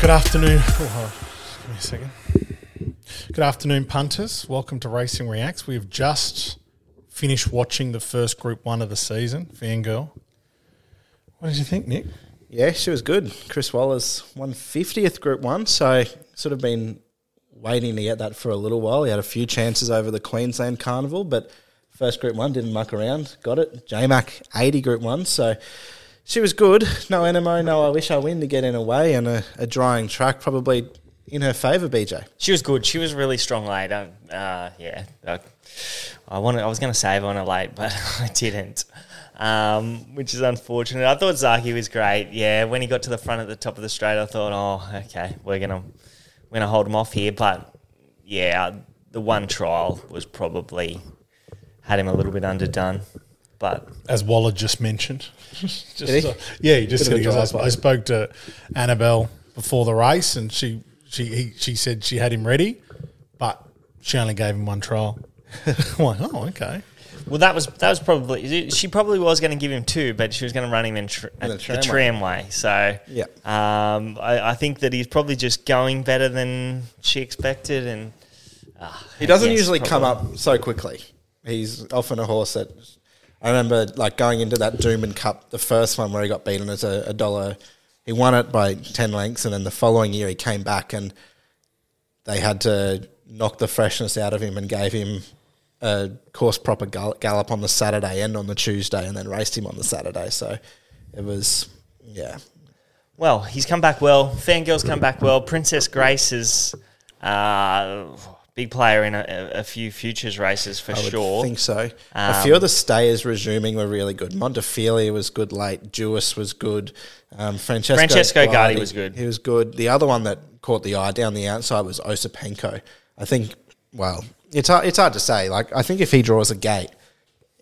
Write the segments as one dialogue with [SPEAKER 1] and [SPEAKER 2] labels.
[SPEAKER 1] Good afternoon. Oh, hold on. Give me a second. Good afternoon, punters. Welcome to Racing Reacts. We have just finished watching the first Group One of the season, Fangirl. What did you think, Nick?
[SPEAKER 2] Yeah, she was good. Chris Waller's 150th Group 1, so sort of been waiting to get that for a little while. He had a few chances over the Queensland Carnival, but first Group 1 didn't muck around. Got it. JMac 80 Group 1, so she was good. No NMO, no I wish I win to get in away, and a, a drying track probably in her favour, BJ.
[SPEAKER 3] She was good. She was really strong late. Um, uh, yeah, I, I wanted. I was going to save on her late, but I didn't, um, which is unfortunate. I thought Zaki was great. Yeah, when he got to the front at the top of the straight, I thought, oh, okay, we're gonna we're gonna hold him off here. But yeah, the one trial was probably had him a little bit underdone. But
[SPEAKER 1] As Waller just mentioned. just,
[SPEAKER 2] Did he?
[SPEAKER 1] uh, yeah, he just
[SPEAKER 2] Bit
[SPEAKER 1] said
[SPEAKER 2] of a
[SPEAKER 1] he goes, I, sp-
[SPEAKER 2] drive-by.
[SPEAKER 1] I spoke to Annabelle before the race, and she she he, she said she had him ready, but she only gave him one trial. I'm like, oh, okay.
[SPEAKER 3] well, that was that was probably she probably was going to give him two, but she was going to run him in tr-
[SPEAKER 2] In the
[SPEAKER 3] at the
[SPEAKER 2] tramway.
[SPEAKER 3] tramway. So
[SPEAKER 2] Yeah.
[SPEAKER 3] Um, I, I think that he's probably just going better than she expected, and ah,
[SPEAKER 2] He doesn't
[SPEAKER 3] yes,
[SPEAKER 2] usually come
[SPEAKER 3] probably.
[SPEAKER 2] up so quickly. He's often a horse that I remember like going into that Dooman Cup, the first one where he got beaten as a, a dollar. He won it by ten lengths, and then the following year he came back and they had to knock the freshness out of him and gave him a course proper gall- gallop on the Saturday and on the Tuesday, and then raced him on the Saturday. So it was yeah,
[SPEAKER 3] Well, he's come back well. Fangirl's come back well. Princess Grace is uh, big player in a, a few futures races for
[SPEAKER 2] I would
[SPEAKER 3] sure. Um,
[SPEAKER 2] think so. a few of the stayers resuming were really good. Montefilia was good late. Jewis was good. Um, Francesco,
[SPEAKER 3] Francesco Guardi was good.
[SPEAKER 2] He was good. The other one that caught the eye down the outside was Osipenko. I think. Well, it's hard, it's hard to say. Like I think if he draws a gate,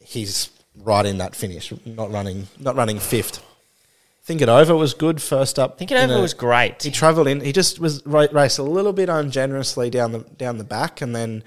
[SPEAKER 2] he's right in that finish. Not running not running fifth. Think it over was good first up.
[SPEAKER 3] Think it over
[SPEAKER 2] in a-
[SPEAKER 3] was great.
[SPEAKER 2] he travelled in. He just was ra- raced a little bit ungenerously down the down the back, and then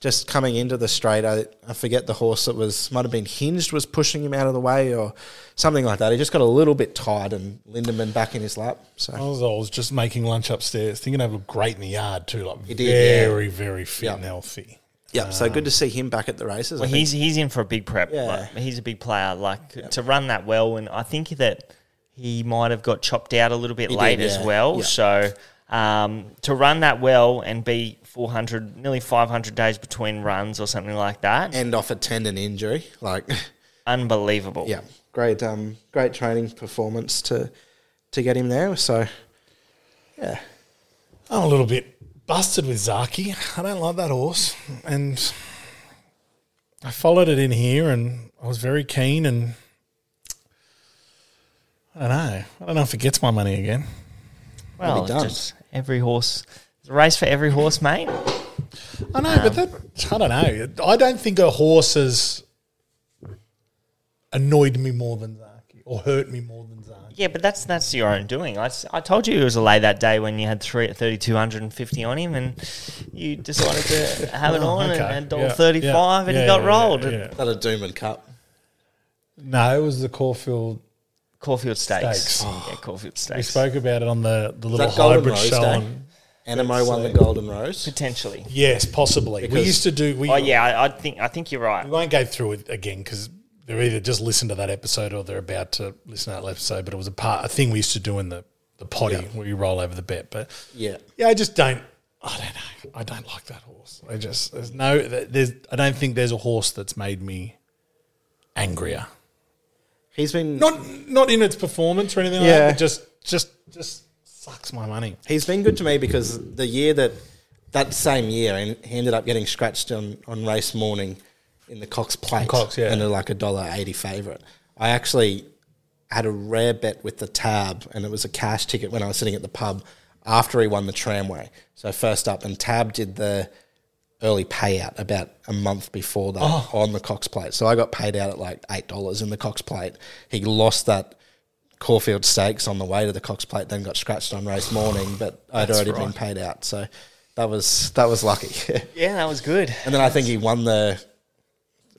[SPEAKER 2] just coming into the straight. I, I forget the horse that was might have been hinged was pushing him out of the way or something like that. He just got a little bit tired, and Lindemann back in his lap. So
[SPEAKER 1] I was, I was just making lunch upstairs, thinking I looked great in the yard too, like
[SPEAKER 2] did, yeah.
[SPEAKER 1] very, very fit
[SPEAKER 2] Yeah.
[SPEAKER 1] and healthy.
[SPEAKER 2] yeah, so good to see him back at the races. I
[SPEAKER 3] Well,
[SPEAKER 2] think.
[SPEAKER 3] he's he's in for a big prep.
[SPEAKER 2] Yeah.
[SPEAKER 3] Like, he's a big player. Like to run that well, and I think that he might have got chopped out a little bit late
[SPEAKER 2] did,
[SPEAKER 3] as
[SPEAKER 2] yeah.
[SPEAKER 3] well.
[SPEAKER 2] Yeah.
[SPEAKER 3] So um, to run that well and be four hundred, nearly five hundred days between runs or something like that,
[SPEAKER 2] end off a tendon injury. Like
[SPEAKER 3] unbelievable.
[SPEAKER 2] yeah, great um great training performance to to get him there. So yeah,
[SPEAKER 1] I'm a little bit busted with Zaki. I don't like that horse. And I followed it in here and I was very keen and I don't know. I don't know if it gets my money again.
[SPEAKER 3] Well,
[SPEAKER 2] Well
[SPEAKER 3] it's
[SPEAKER 2] done.
[SPEAKER 3] just every horse. It's a race for every horse, mate.
[SPEAKER 1] I know, but that I don't know. I don't think a horse has annoyed me more than Zaki or hurt me more than Zaki.
[SPEAKER 3] Yeah, but that's that's your own doing. I, s- I told you it was a lay that day when you had three thirty two hundred and fifty on him, and you decided to have it
[SPEAKER 1] Oh,
[SPEAKER 3] on
[SPEAKER 1] okay.
[SPEAKER 3] and, and
[SPEAKER 1] Yeah,
[SPEAKER 3] $1.35 thirty five,
[SPEAKER 1] yeah,
[SPEAKER 3] and
[SPEAKER 1] yeah,
[SPEAKER 3] he got
[SPEAKER 1] yeah,
[SPEAKER 3] rolled.
[SPEAKER 1] yeah,
[SPEAKER 3] at
[SPEAKER 1] yeah.
[SPEAKER 2] not a Dooman Cup.
[SPEAKER 1] No, it was the Caulfield
[SPEAKER 3] Caulfield Stakes.
[SPEAKER 1] Stakes.
[SPEAKER 3] Yeah, Caulfield
[SPEAKER 1] We
[SPEAKER 3] Stakes.
[SPEAKER 1] spoke about it on the, the little
[SPEAKER 2] that Golden
[SPEAKER 1] hybrid
[SPEAKER 2] Rose
[SPEAKER 1] show.
[SPEAKER 2] Day?
[SPEAKER 1] On,
[SPEAKER 2] Animo won the Golden Rose.
[SPEAKER 3] Potentially.
[SPEAKER 1] yes, possibly. we
[SPEAKER 2] Because-
[SPEAKER 1] used to do. We,
[SPEAKER 3] Oh yeah, I, I think I think you're
[SPEAKER 1] we
[SPEAKER 3] right.
[SPEAKER 1] won't go through it again because they're either just listened to that episode or they're about to listen to that episode. But it was a part a thing we used to do in the the potty where you roll over the bet. But
[SPEAKER 2] Yeah.
[SPEAKER 1] yeah, I just don't. I don't know. I don't like that horse. I just there's no there's. I don't think there's a horse that's made me angrier.
[SPEAKER 2] He's been
[SPEAKER 1] Not not in its performance or anything like
[SPEAKER 2] Yeah.
[SPEAKER 1] that. But just just just sucks my money.
[SPEAKER 2] he's been good to me because the year that that same year and he ended up getting scratched on, on race morning in the Cox plate
[SPEAKER 1] Cox, yeah.
[SPEAKER 2] and a, like a dollar eighty favourite. I actually had a rare bet with the tab and it was a cash ticket when I was sitting at the pub after he won the tramway. So first up and Tab did the early payout about a month before that
[SPEAKER 1] Oh.
[SPEAKER 2] on the Cox plate. So I got paid out at like eight dollars in the Cox plate. He lost that Caulfield Stakes on the way to the Cox Plate, then got scratched on race morning, but I'd already been paid out, so that was that was lucky.
[SPEAKER 3] Yeah, that was good.
[SPEAKER 2] and then I think he won the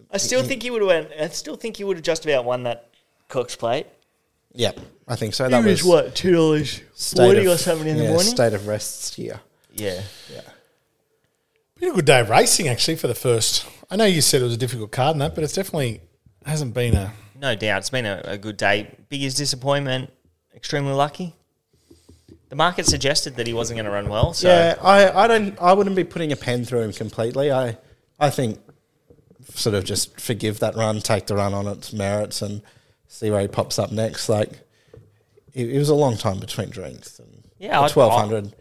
[SPEAKER 3] I still think you would have went. I still think you would have just about won that Cook's plate.
[SPEAKER 2] Yep, I think so.
[SPEAKER 3] That
[SPEAKER 2] That
[SPEAKER 3] it was,
[SPEAKER 2] was
[SPEAKER 3] what two dollars
[SPEAKER 2] state
[SPEAKER 3] forty
[SPEAKER 2] of-
[SPEAKER 3] or something in the
[SPEAKER 2] yeah,
[SPEAKER 3] morning.
[SPEAKER 2] State of rest here.
[SPEAKER 3] yeah,
[SPEAKER 2] Yeah,
[SPEAKER 1] Been a good day of racing actually for the first. I know you said it was a difficult card and that, but it's definitely hasn't been a.
[SPEAKER 3] no doubt. It's been a, a good day. Biggest disappointment. Extremely lucky. The market suggested that he wasn't going to run well. So
[SPEAKER 2] yeah. I, I don't. I wouldn't be putting a pen through him completely. I, I think, sort of just forgive that run, take the run on its merits, and see where he pops up next. Like, it, it was a long time between drinks. And
[SPEAKER 3] Yeah, I'd-
[SPEAKER 2] twelve hundred.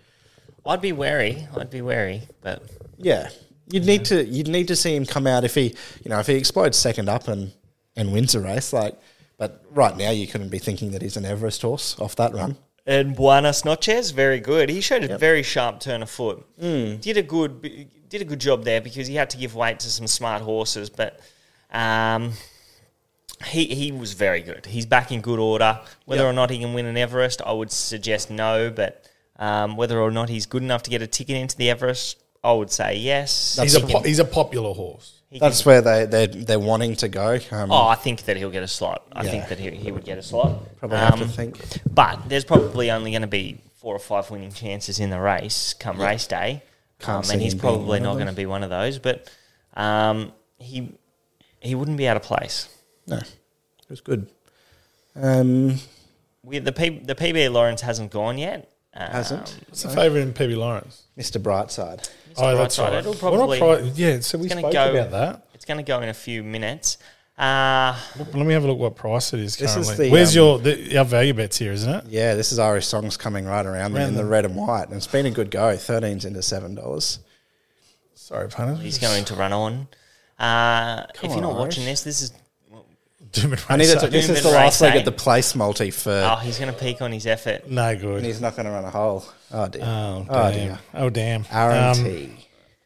[SPEAKER 3] I'd be wary. I'd be wary. But
[SPEAKER 2] Yeah, you'd need to you'd need to see him come out if he you know if he explodes second up and and wins a race like. But right now, you couldn't be thinking that he's an Everest horse off that run.
[SPEAKER 3] and Buenas Noches, very good. He showed a very sharp turn of foot.
[SPEAKER 2] Hmm.
[SPEAKER 3] Did a good did a good job there because he had to give weight to some smart horses, but um, he he was very good. He's back in good order. Whether or not he can win an Everest, I would suggest no. But um, whether or not he's good enough to get a ticket into the Everest, I would say yes.
[SPEAKER 1] He's
[SPEAKER 2] That's
[SPEAKER 1] a po- he's a popular horse.
[SPEAKER 3] He can-
[SPEAKER 2] That's where they they they're wanting to go. Um,
[SPEAKER 3] oh, I think that he'll get a slot. I
[SPEAKER 2] Yeah.
[SPEAKER 3] think that he, he would get a slot.
[SPEAKER 2] probably have to
[SPEAKER 3] Um,
[SPEAKER 2] think.
[SPEAKER 3] But there's probably only going to be four or five winning chances in the race come race day. Um,
[SPEAKER 2] Can't
[SPEAKER 3] and
[SPEAKER 2] see
[SPEAKER 3] he's
[SPEAKER 2] him being
[SPEAKER 3] probably
[SPEAKER 2] one of
[SPEAKER 3] not
[SPEAKER 2] those.
[SPEAKER 3] going to be one of those. But um, he he wouldn't be out of place.
[SPEAKER 2] No, it was good. Um,
[SPEAKER 3] We, the, P, the PB Lawrence hasn't gone yet. Um,
[SPEAKER 2] hasn't
[SPEAKER 1] What's the favourite in PB Lawrence?
[SPEAKER 2] Mr. Brightside?
[SPEAKER 1] Oh, that's
[SPEAKER 3] Brightside.
[SPEAKER 1] right.
[SPEAKER 3] It'll
[SPEAKER 1] We're not
[SPEAKER 3] probably-
[SPEAKER 1] pri- yeah, so we
[SPEAKER 3] gonna
[SPEAKER 1] spoke
[SPEAKER 3] go-
[SPEAKER 1] about that.
[SPEAKER 3] It's going to go in a few minutes. Uh,
[SPEAKER 1] Let me have a look what price it is
[SPEAKER 2] This
[SPEAKER 1] currently.
[SPEAKER 2] is the,
[SPEAKER 1] Where's
[SPEAKER 2] um,
[SPEAKER 1] your the, our value bets here, isn't it?
[SPEAKER 2] Yeah, this is Irish songs coming right around me in the red and white, and it's been a good go. Thirteens into seven dollars.
[SPEAKER 1] Sorry, partner.
[SPEAKER 3] he's going to run on. Uh, if
[SPEAKER 2] Come
[SPEAKER 3] you're
[SPEAKER 2] on,
[SPEAKER 3] not
[SPEAKER 2] Irish.
[SPEAKER 3] watching this, this is.
[SPEAKER 1] Doom
[SPEAKER 2] I need to. This
[SPEAKER 3] Doom
[SPEAKER 2] is the
[SPEAKER 3] and
[SPEAKER 2] last
[SPEAKER 3] race,
[SPEAKER 2] leg
[SPEAKER 3] eh?
[SPEAKER 2] of the place multi for.
[SPEAKER 3] Oh, he's going to peak on his effort.
[SPEAKER 1] no
[SPEAKER 2] And
[SPEAKER 1] good.
[SPEAKER 2] he's not going to run a hole. Oh dear.
[SPEAKER 1] Oh,
[SPEAKER 2] oh
[SPEAKER 1] damn.
[SPEAKER 2] dear.
[SPEAKER 1] Oh, damn. Um,
[SPEAKER 2] RMT.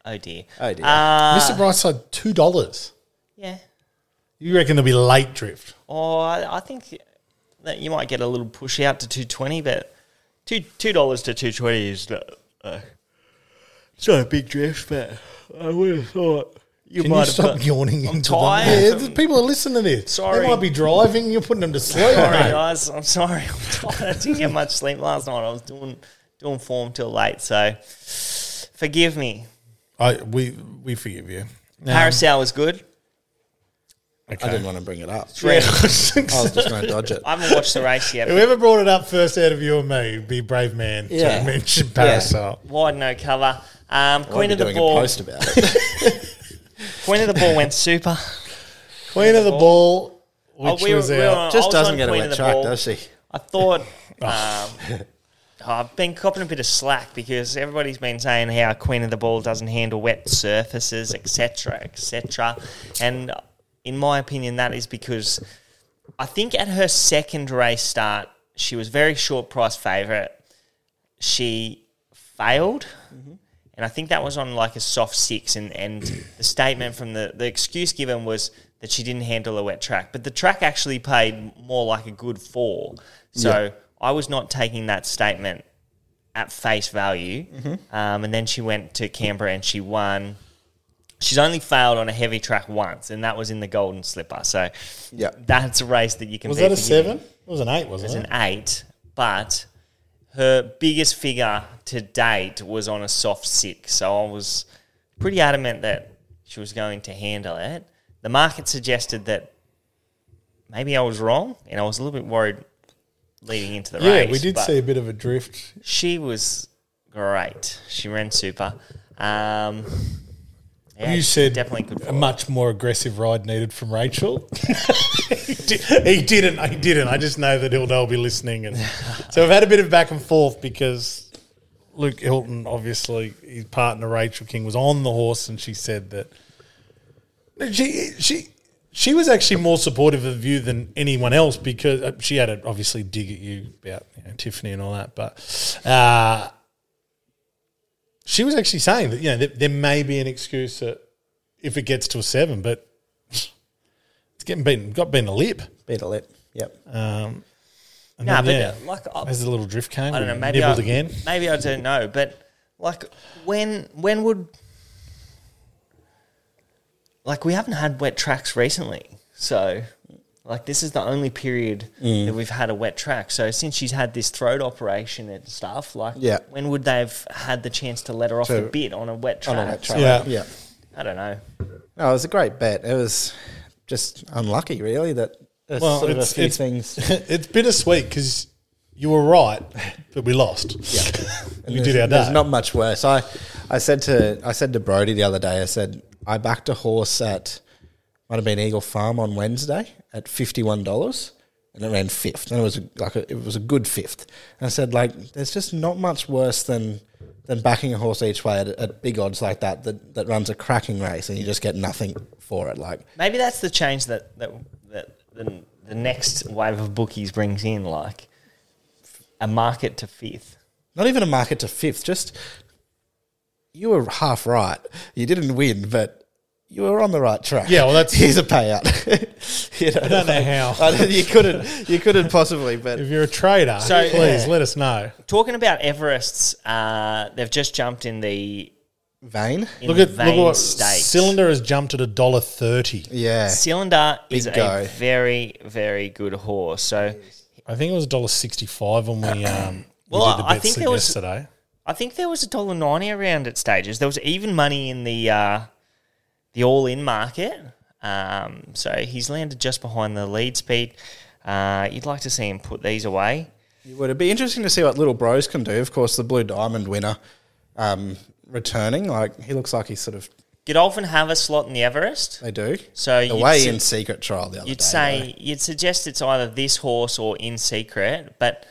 [SPEAKER 3] Oh, dear.
[SPEAKER 2] Oh, dear.
[SPEAKER 3] Uh,
[SPEAKER 1] Mr. Brightside, two dollars.
[SPEAKER 3] yeah.
[SPEAKER 1] You reckon there'll be late drift?
[SPEAKER 3] Oh, I, I think that you might get a little push out to two twenty, but two two dollars to two twenty is not, uh, it's not a big drift, but I would have thought you
[SPEAKER 1] Can
[SPEAKER 3] might
[SPEAKER 1] you
[SPEAKER 3] have
[SPEAKER 1] stop
[SPEAKER 3] got-
[SPEAKER 1] yawning?
[SPEAKER 3] I'm
[SPEAKER 1] into
[SPEAKER 3] tired.
[SPEAKER 1] The, yeah, the people are listening to this.
[SPEAKER 3] Sorry.
[SPEAKER 1] they might be driving. You're putting them to sleep.
[SPEAKER 3] Sorry,
[SPEAKER 1] mate.
[SPEAKER 3] guys. I'm sorry. I'm tired. I didn't get much sleep last night. I was doing doing form till late, so forgive me.
[SPEAKER 1] I, we we forgive you.
[SPEAKER 3] Paracel was good.
[SPEAKER 2] I didn't want to bring it up.
[SPEAKER 3] Three.
[SPEAKER 2] I was just going to dodge it.
[SPEAKER 3] I haven't watched the race yet. but
[SPEAKER 1] Whoever brought it up first out of you and me, would be a brave man
[SPEAKER 2] Yeah.
[SPEAKER 1] to mention Parasol.
[SPEAKER 3] Wide no cover. Um,
[SPEAKER 2] I'll
[SPEAKER 3] Queen of
[SPEAKER 2] be
[SPEAKER 3] the
[SPEAKER 2] doing a
[SPEAKER 3] ball.
[SPEAKER 2] post about it.
[SPEAKER 3] Queen of the ball went super.
[SPEAKER 1] Queen of the ball,
[SPEAKER 3] Oh,
[SPEAKER 1] which
[SPEAKER 3] we were-
[SPEAKER 1] was
[SPEAKER 3] we were
[SPEAKER 1] out.
[SPEAKER 3] on- I
[SPEAKER 2] Just
[SPEAKER 3] was
[SPEAKER 2] doesn't
[SPEAKER 3] on
[SPEAKER 2] get a
[SPEAKER 3] Queen
[SPEAKER 2] wet
[SPEAKER 3] of the
[SPEAKER 2] track,
[SPEAKER 3] Ball.
[SPEAKER 2] does she?
[SPEAKER 3] I thought um, I've been copping a bit of slack because everybody's been saying how Queen of the Ball doesn't handle wet surfaces, etc., etc. And in my opinion, that is because I think at her second race start, she was very short price favourite. She failed. And I think that was on like a soft six. And, and the statement from the, the excuse given was that she didn't handle a wet track. But the track actually paid more like a good four. So I was not taking that statement at face value. Um, and then she went to Canberra and she won. She's only failed on a heavy track once, and that was in the Golden Slipper. So
[SPEAKER 2] Yeah.
[SPEAKER 3] that's a race that you can
[SPEAKER 1] Was
[SPEAKER 3] be
[SPEAKER 1] that a seven?
[SPEAKER 3] forgiven
[SPEAKER 1] It was an eight, wasn't
[SPEAKER 3] was
[SPEAKER 1] it?
[SPEAKER 3] an eight, but her biggest figure to date was on a soft six. So I was pretty adamant that she was going to handle it. The market suggested that maybe I was wrong, and I was a little bit worried leading into the
[SPEAKER 1] yeah,
[SPEAKER 3] race.
[SPEAKER 1] we did
[SPEAKER 3] but
[SPEAKER 1] see a bit of a drift.
[SPEAKER 3] she was great. She ran super. Um, yeah,
[SPEAKER 1] you
[SPEAKER 3] she
[SPEAKER 1] said
[SPEAKER 3] definitely good.
[SPEAKER 1] a
[SPEAKER 3] forward.
[SPEAKER 1] much more aggressive ride needed from Rachel. he, did, he didn't. He didn't. I just know that he'll know be listening, and so we've had a bit of back and forth because Luke Hilton, obviously his partner Rachel King, was on the horse, and she said that she she. She was actually more supportive of you than anyone else because uh, she had a obviously dig at you about you know, Tiffany and all that, but uh, she was actually saying that you know there, there may be an excuse that if it gets to a seven, but it's getting beaten, got beaten a lip.
[SPEAKER 2] Beat a lip. Yep.
[SPEAKER 1] Um, and
[SPEAKER 3] Nah, but
[SPEAKER 1] then, yeah,
[SPEAKER 3] like I-
[SPEAKER 1] as the little drift came,
[SPEAKER 3] I don't know. Maybe
[SPEAKER 1] nibbled
[SPEAKER 3] I,
[SPEAKER 1] again.
[SPEAKER 3] Maybe I don't know, but like when when would like we haven't had wet tracks recently, so Like this is the only period
[SPEAKER 2] Mm.
[SPEAKER 3] that we've had a wet track. So since she's had this throat operation and stuff, like
[SPEAKER 2] Yeah.
[SPEAKER 3] when would they have had the chance to let her off
[SPEAKER 2] To-
[SPEAKER 3] the bit on a wet
[SPEAKER 2] on
[SPEAKER 3] track?
[SPEAKER 2] a wet track.
[SPEAKER 1] Yeah.
[SPEAKER 2] yeah.
[SPEAKER 3] I don't know.
[SPEAKER 2] No, it was a great bet. It was just unlucky, really, that there's
[SPEAKER 1] Well,
[SPEAKER 2] sort of a
[SPEAKER 1] it's-
[SPEAKER 2] few
[SPEAKER 1] it's-
[SPEAKER 2] things.
[SPEAKER 1] it's bittersweet because you were right, but we lost.
[SPEAKER 2] And
[SPEAKER 1] we
[SPEAKER 2] there's-
[SPEAKER 1] did our
[SPEAKER 2] There's
[SPEAKER 1] day.
[SPEAKER 2] not much worse. I, I said to I said to Brody the other day. I said I backed a horse at might have been Eagle Farm on Wednesday at fifty one dollars, and it ran fifth, and it was a, like a, it was a good fifth. And I said like, there's just not much worse than than backing a horse each way at, at big odds like that, that that runs a cracking race and you just get nothing for it. Like
[SPEAKER 3] Maybe that's the change that that, that the, the next wave of bookies brings in, like a market to fifth.
[SPEAKER 2] not even a market to fifth. Just you were half right. You didn't win, but you were on the right track.
[SPEAKER 1] Yeah, well, that's-
[SPEAKER 2] here's a payout. you know, I
[SPEAKER 1] don't know how.
[SPEAKER 2] you couldn't. You couldn't possibly. But
[SPEAKER 1] If you're a trader,
[SPEAKER 3] So-
[SPEAKER 1] please
[SPEAKER 3] Yeah.
[SPEAKER 1] let us know.
[SPEAKER 3] Talking about Everest's, uh, they've just jumped in the
[SPEAKER 2] Vane.
[SPEAKER 3] in
[SPEAKER 1] Look
[SPEAKER 3] the
[SPEAKER 1] at
[SPEAKER 3] vein
[SPEAKER 1] look what
[SPEAKER 3] stakes.
[SPEAKER 1] cylinder has jumped at a dollar thirty.
[SPEAKER 2] Yeah.
[SPEAKER 3] Cylinder is
[SPEAKER 2] Big go.
[SPEAKER 3] a very very good horse. So
[SPEAKER 1] I think it was dollar sixty five when we um
[SPEAKER 3] Well,
[SPEAKER 1] we did the
[SPEAKER 3] I
[SPEAKER 1] bets
[SPEAKER 3] think there was-
[SPEAKER 1] yesterday.
[SPEAKER 3] I think there was a dollar ninety around at stages. There was even money in the uh, the all in market. Um, so he's landed just behind the lead speed. Uh, you'd like to see him put these away.
[SPEAKER 2] It would be interesting to see what little bros can do. Of course, the blue diamond winner um, returning. Like he looks like he's sort of.
[SPEAKER 3] Godolphin have a slot in the Everest.
[SPEAKER 2] They do.
[SPEAKER 3] So
[SPEAKER 2] the
[SPEAKER 3] you'd
[SPEAKER 2] way
[SPEAKER 3] sit-
[SPEAKER 2] in secret trial the other
[SPEAKER 3] You'd
[SPEAKER 2] day.
[SPEAKER 3] say you'd suggest it's either this horse or in secret, but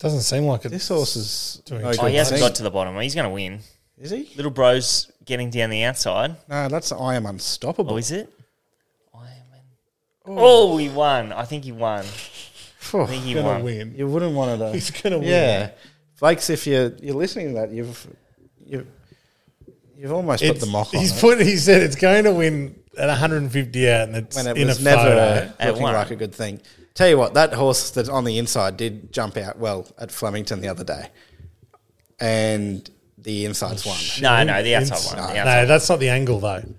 [SPEAKER 1] Doesn't seem like it.
[SPEAKER 2] this horse is
[SPEAKER 1] Doing
[SPEAKER 2] no
[SPEAKER 1] it.
[SPEAKER 3] oh,
[SPEAKER 2] good
[SPEAKER 3] he hasn't
[SPEAKER 2] thing.
[SPEAKER 3] got to the bottom. He's going to win.
[SPEAKER 2] Is he?
[SPEAKER 3] Little bro's getting down the outside.
[SPEAKER 2] No, that's I am unstoppable.
[SPEAKER 3] Oh, is it? I am in. Oh, he won. I think he won.
[SPEAKER 2] Phew.
[SPEAKER 3] I think he
[SPEAKER 1] Gonna
[SPEAKER 3] won.
[SPEAKER 1] win.
[SPEAKER 2] You wouldn't want it. uh,
[SPEAKER 1] He's gonna win.
[SPEAKER 2] Yeah, Flakes. If you're you're listening to that, you've you've you've almost put the
[SPEAKER 1] It's-
[SPEAKER 2] mock on
[SPEAKER 1] he's
[SPEAKER 2] it.
[SPEAKER 1] put. He said it's going to win at one hundred and fifty out, and it's
[SPEAKER 2] when it
[SPEAKER 1] in
[SPEAKER 2] was
[SPEAKER 1] a
[SPEAKER 2] never
[SPEAKER 1] photo.
[SPEAKER 2] uh, looking
[SPEAKER 3] won.
[SPEAKER 2] like a good thing. Tell you what, that horse that's on the inside did jump out well at Flemington the other day, and the inside's won.
[SPEAKER 3] No, no, the outside
[SPEAKER 1] It's-
[SPEAKER 3] one. The outside.
[SPEAKER 1] No, that's not the angle though.
[SPEAKER 2] Um,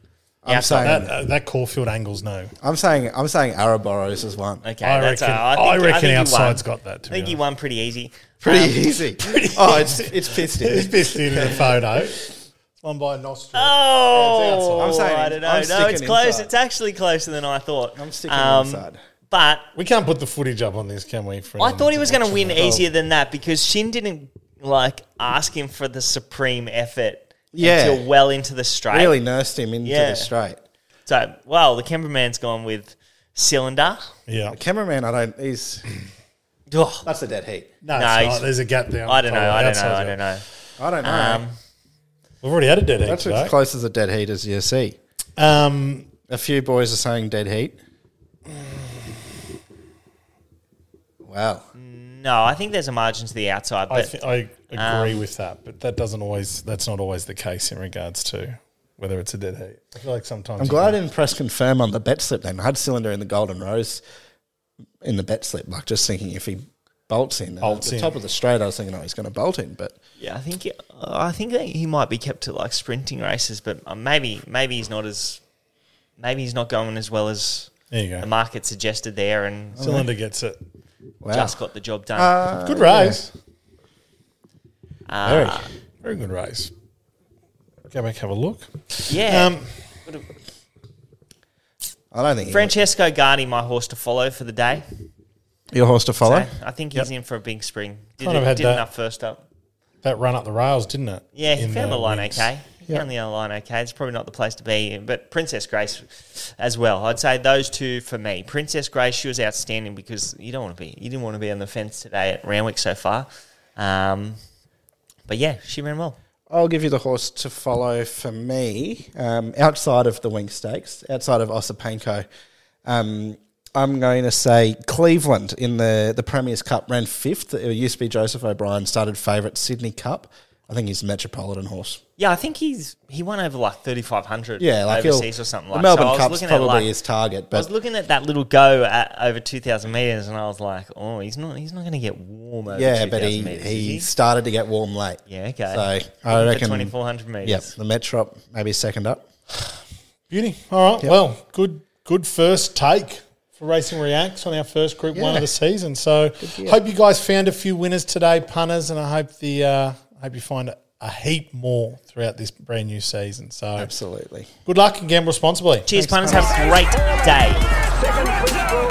[SPEAKER 2] I'm
[SPEAKER 3] outside.
[SPEAKER 2] saying,
[SPEAKER 1] That uh, that Caulfield angle's no.
[SPEAKER 2] I'm saying, I'm saying Araboros has won.
[SPEAKER 3] Okay,
[SPEAKER 1] I
[SPEAKER 3] that's
[SPEAKER 1] reckon.
[SPEAKER 3] all right.
[SPEAKER 1] I,
[SPEAKER 3] think-
[SPEAKER 1] reckon
[SPEAKER 3] think he
[SPEAKER 1] outside's
[SPEAKER 3] won.
[SPEAKER 1] got that. To
[SPEAKER 3] I think
[SPEAKER 1] be
[SPEAKER 3] he
[SPEAKER 1] honest.
[SPEAKER 3] won pretty easy. Um,
[SPEAKER 2] Pretty easy. oh, it's it's pissed in.
[SPEAKER 1] It's pissed in the photo. It's won by a nostril.
[SPEAKER 3] Oh,
[SPEAKER 2] I'm saying-
[SPEAKER 3] I don't know.
[SPEAKER 2] I'm
[SPEAKER 3] no, it's
[SPEAKER 2] sticking
[SPEAKER 3] close.
[SPEAKER 2] inside.
[SPEAKER 3] It's actually closer than I thought.
[SPEAKER 2] I'm sticking
[SPEAKER 3] Um,
[SPEAKER 2] inside.
[SPEAKER 3] But
[SPEAKER 1] we can't put the footage up on this, can we? for
[SPEAKER 3] I
[SPEAKER 1] anyone
[SPEAKER 3] thought he was going
[SPEAKER 1] watch
[SPEAKER 3] to win
[SPEAKER 1] it?
[SPEAKER 3] easier than that because Shin didn't like ask him for the supreme effort
[SPEAKER 2] Yeah.
[SPEAKER 3] until well into the straight.
[SPEAKER 2] Really nursed him into
[SPEAKER 3] Yeah.
[SPEAKER 2] the straight.
[SPEAKER 3] So, well, the cameraman's gone with cylinder.
[SPEAKER 1] Yeah.
[SPEAKER 2] The cameraman, I don't. He's
[SPEAKER 3] Oh,
[SPEAKER 2] that's a dead heat.
[SPEAKER 1] No,
[SPEAKER 3] No,
[SPEAKER 1] it's
[SPEAKER 3] he's-
[SPEAKER 1] not. There's a gap there.
[SPEAKER 3] I don't know. I don't know.
[SPEAKER 1] Outside's
[SPEAKER 3] I
[SPEAKER 1] out.
[SPEAKER 3] don't know.
[SPEAKER 2] I don't know.
[SPEAKER 3] Um,
[SPEAKER 1] We've already had a dead heat
[SPEAKER 2] that's
[SPEAKER 1] today.
[SPEAKER 2] as close as a dead heat as you see.
[SPEAKER 1] Um,
[SPEAKER 2] A few boys are saying dead heat. Wow.
[SPEAKER 3] No, I think there's a margin to the outside,
[SPEAKER 1] I,
[SPEAKER 3] but um,
[SPEAKER 1] th- I agree with that, but that doesn't always. That's not always the case in regards to whether it's a dead heat. I feel like sometimes.
[SPEAKER 2] I'm glad I didn't press confirm on the bet slip then. I had Cylinder in the Golden Rose in the bet slip, like just thinking if he bolts in. And
[SPEAKER 1] Bolts
[SPEAKER 2] at the
[SPEAKER 1] in.
[SPEAKER 2] top of the straight, I was thinking, oh, he's going to bolt in. But
[SPEAKER 3] yeah, I think I think that he might be kept to like sprinting races, but uh, maybe maybe he's not as maybe he's not going as well as
[SPEAKER 1] There you
[SPEAKER 3] the
[SPEAKER 1] go. Oh,
[SPEAKER 3] market suggested there, and
[SPEAKER 1] Cylinder gets it.
[SPEAKER 2] wow.
[SPEAKER 3] just got the job done.
[SPEAKER 2] Uh,
[SPEAKER 1] Good race.
[SPEAKER 2] very.
[SPEAKER 3] Uh,
[SPEAKER 1] Very good race. Go back have a look.
[SPEAKER 3] yeah,
[SPEAKER 1] Um,
[SPEAKER 2] I don't think he-
[SPEAKER 3] Francesco Gardi, my horse to follow for the day.
[SPEAKER 2] your horse to follow.
[SPEAKER 3] So I think he's in for a big spring. Did,
[SPEAKER 1] Kind of had
[SPEAKER 3] did
[SPEAKER 1] that.
[SPEAKER 3] enough first up.
[SPEAKER 1] that run up the rails, didn't it?
[SPEAKER 3] Yeah, he
[SPEAKER 1] In
[SPEAKER 3] found the, line
[SPEAKER 1] wings.
[SPEAKER 3] okay. He found the other line okay. It's probably not the place to be in, but Princess Grace as well. I'd say those two for me. Princess Grace, she was outstanding because you don't want to be, you didn't want to be on the fence today at Ranwick so far. Um, but yeah, she ran well.
[SPEAKER 2] I'll give you the horse to follow for me. Um, outside of the Wink Stakes, outside of Ossipanko, um, I'm going to say Cleveland in the, the Premier's Cup ran fifth. It used to be Joseph O'Brien, started favourite Sydney Cup. I think he's a metropolitan horse.
[SPEAKER 3] Yeah, I think he's he won over like thirty five hundred.
[SPEAKER 2] Yeah, like he'll-
[SPEAKER 3] overseas or something
[SPEAKER 2] the
[SPEAKER 3] like.
[SPEAKER 2] Melbourne
[SPEAKER 3] so I was
[SPEAKER 2] Cup's
[SPEAKER 3] looking
[SPEAKER 2] probably
[SPEAKER 3] at like,
[SPEAKER 2] his target,
[SPEAKER 3] I
[SPEAKER 2] but
[SPEAKER 3] was looking at that little go at over two thousand meters, and I was like, oh, he's not he's not going to get warm over
[SPEAKER 2] yeah,
[SPEAKER 3] two
[SPEAKER 2] but he,
[SPEAKER 3] thousand meters.
[SPEAKER 2] he
[SPEAKER 3] is
[SPEAKER 2] started to get warm late.
[SPEAKER 3] he? yeah, okay.
[SPEAKER 2] So I reckon
[SPEAKER 3] twenty four hundred meters.
[SPEAKER 2] Yep, the Metrop maybe second up.
[SPEAKER 1] Beauty. All right. Well, good good first take for Racing Reacts on our first Group One
[SPEAKER 2] Yeah.
[SPEAKER 1] of the season. So, hope you guys found a few winners today, punters, and I hope the uh, hope you find a heap more throughout this brand new season. So,
[SPEAKER 2] Absolutely.
[SPEAKER 1] good luck and gamble responsibly.
[SPEAKER 3] Cheers, punters. Have a great day.
[SPEAKER 4] Second for goal.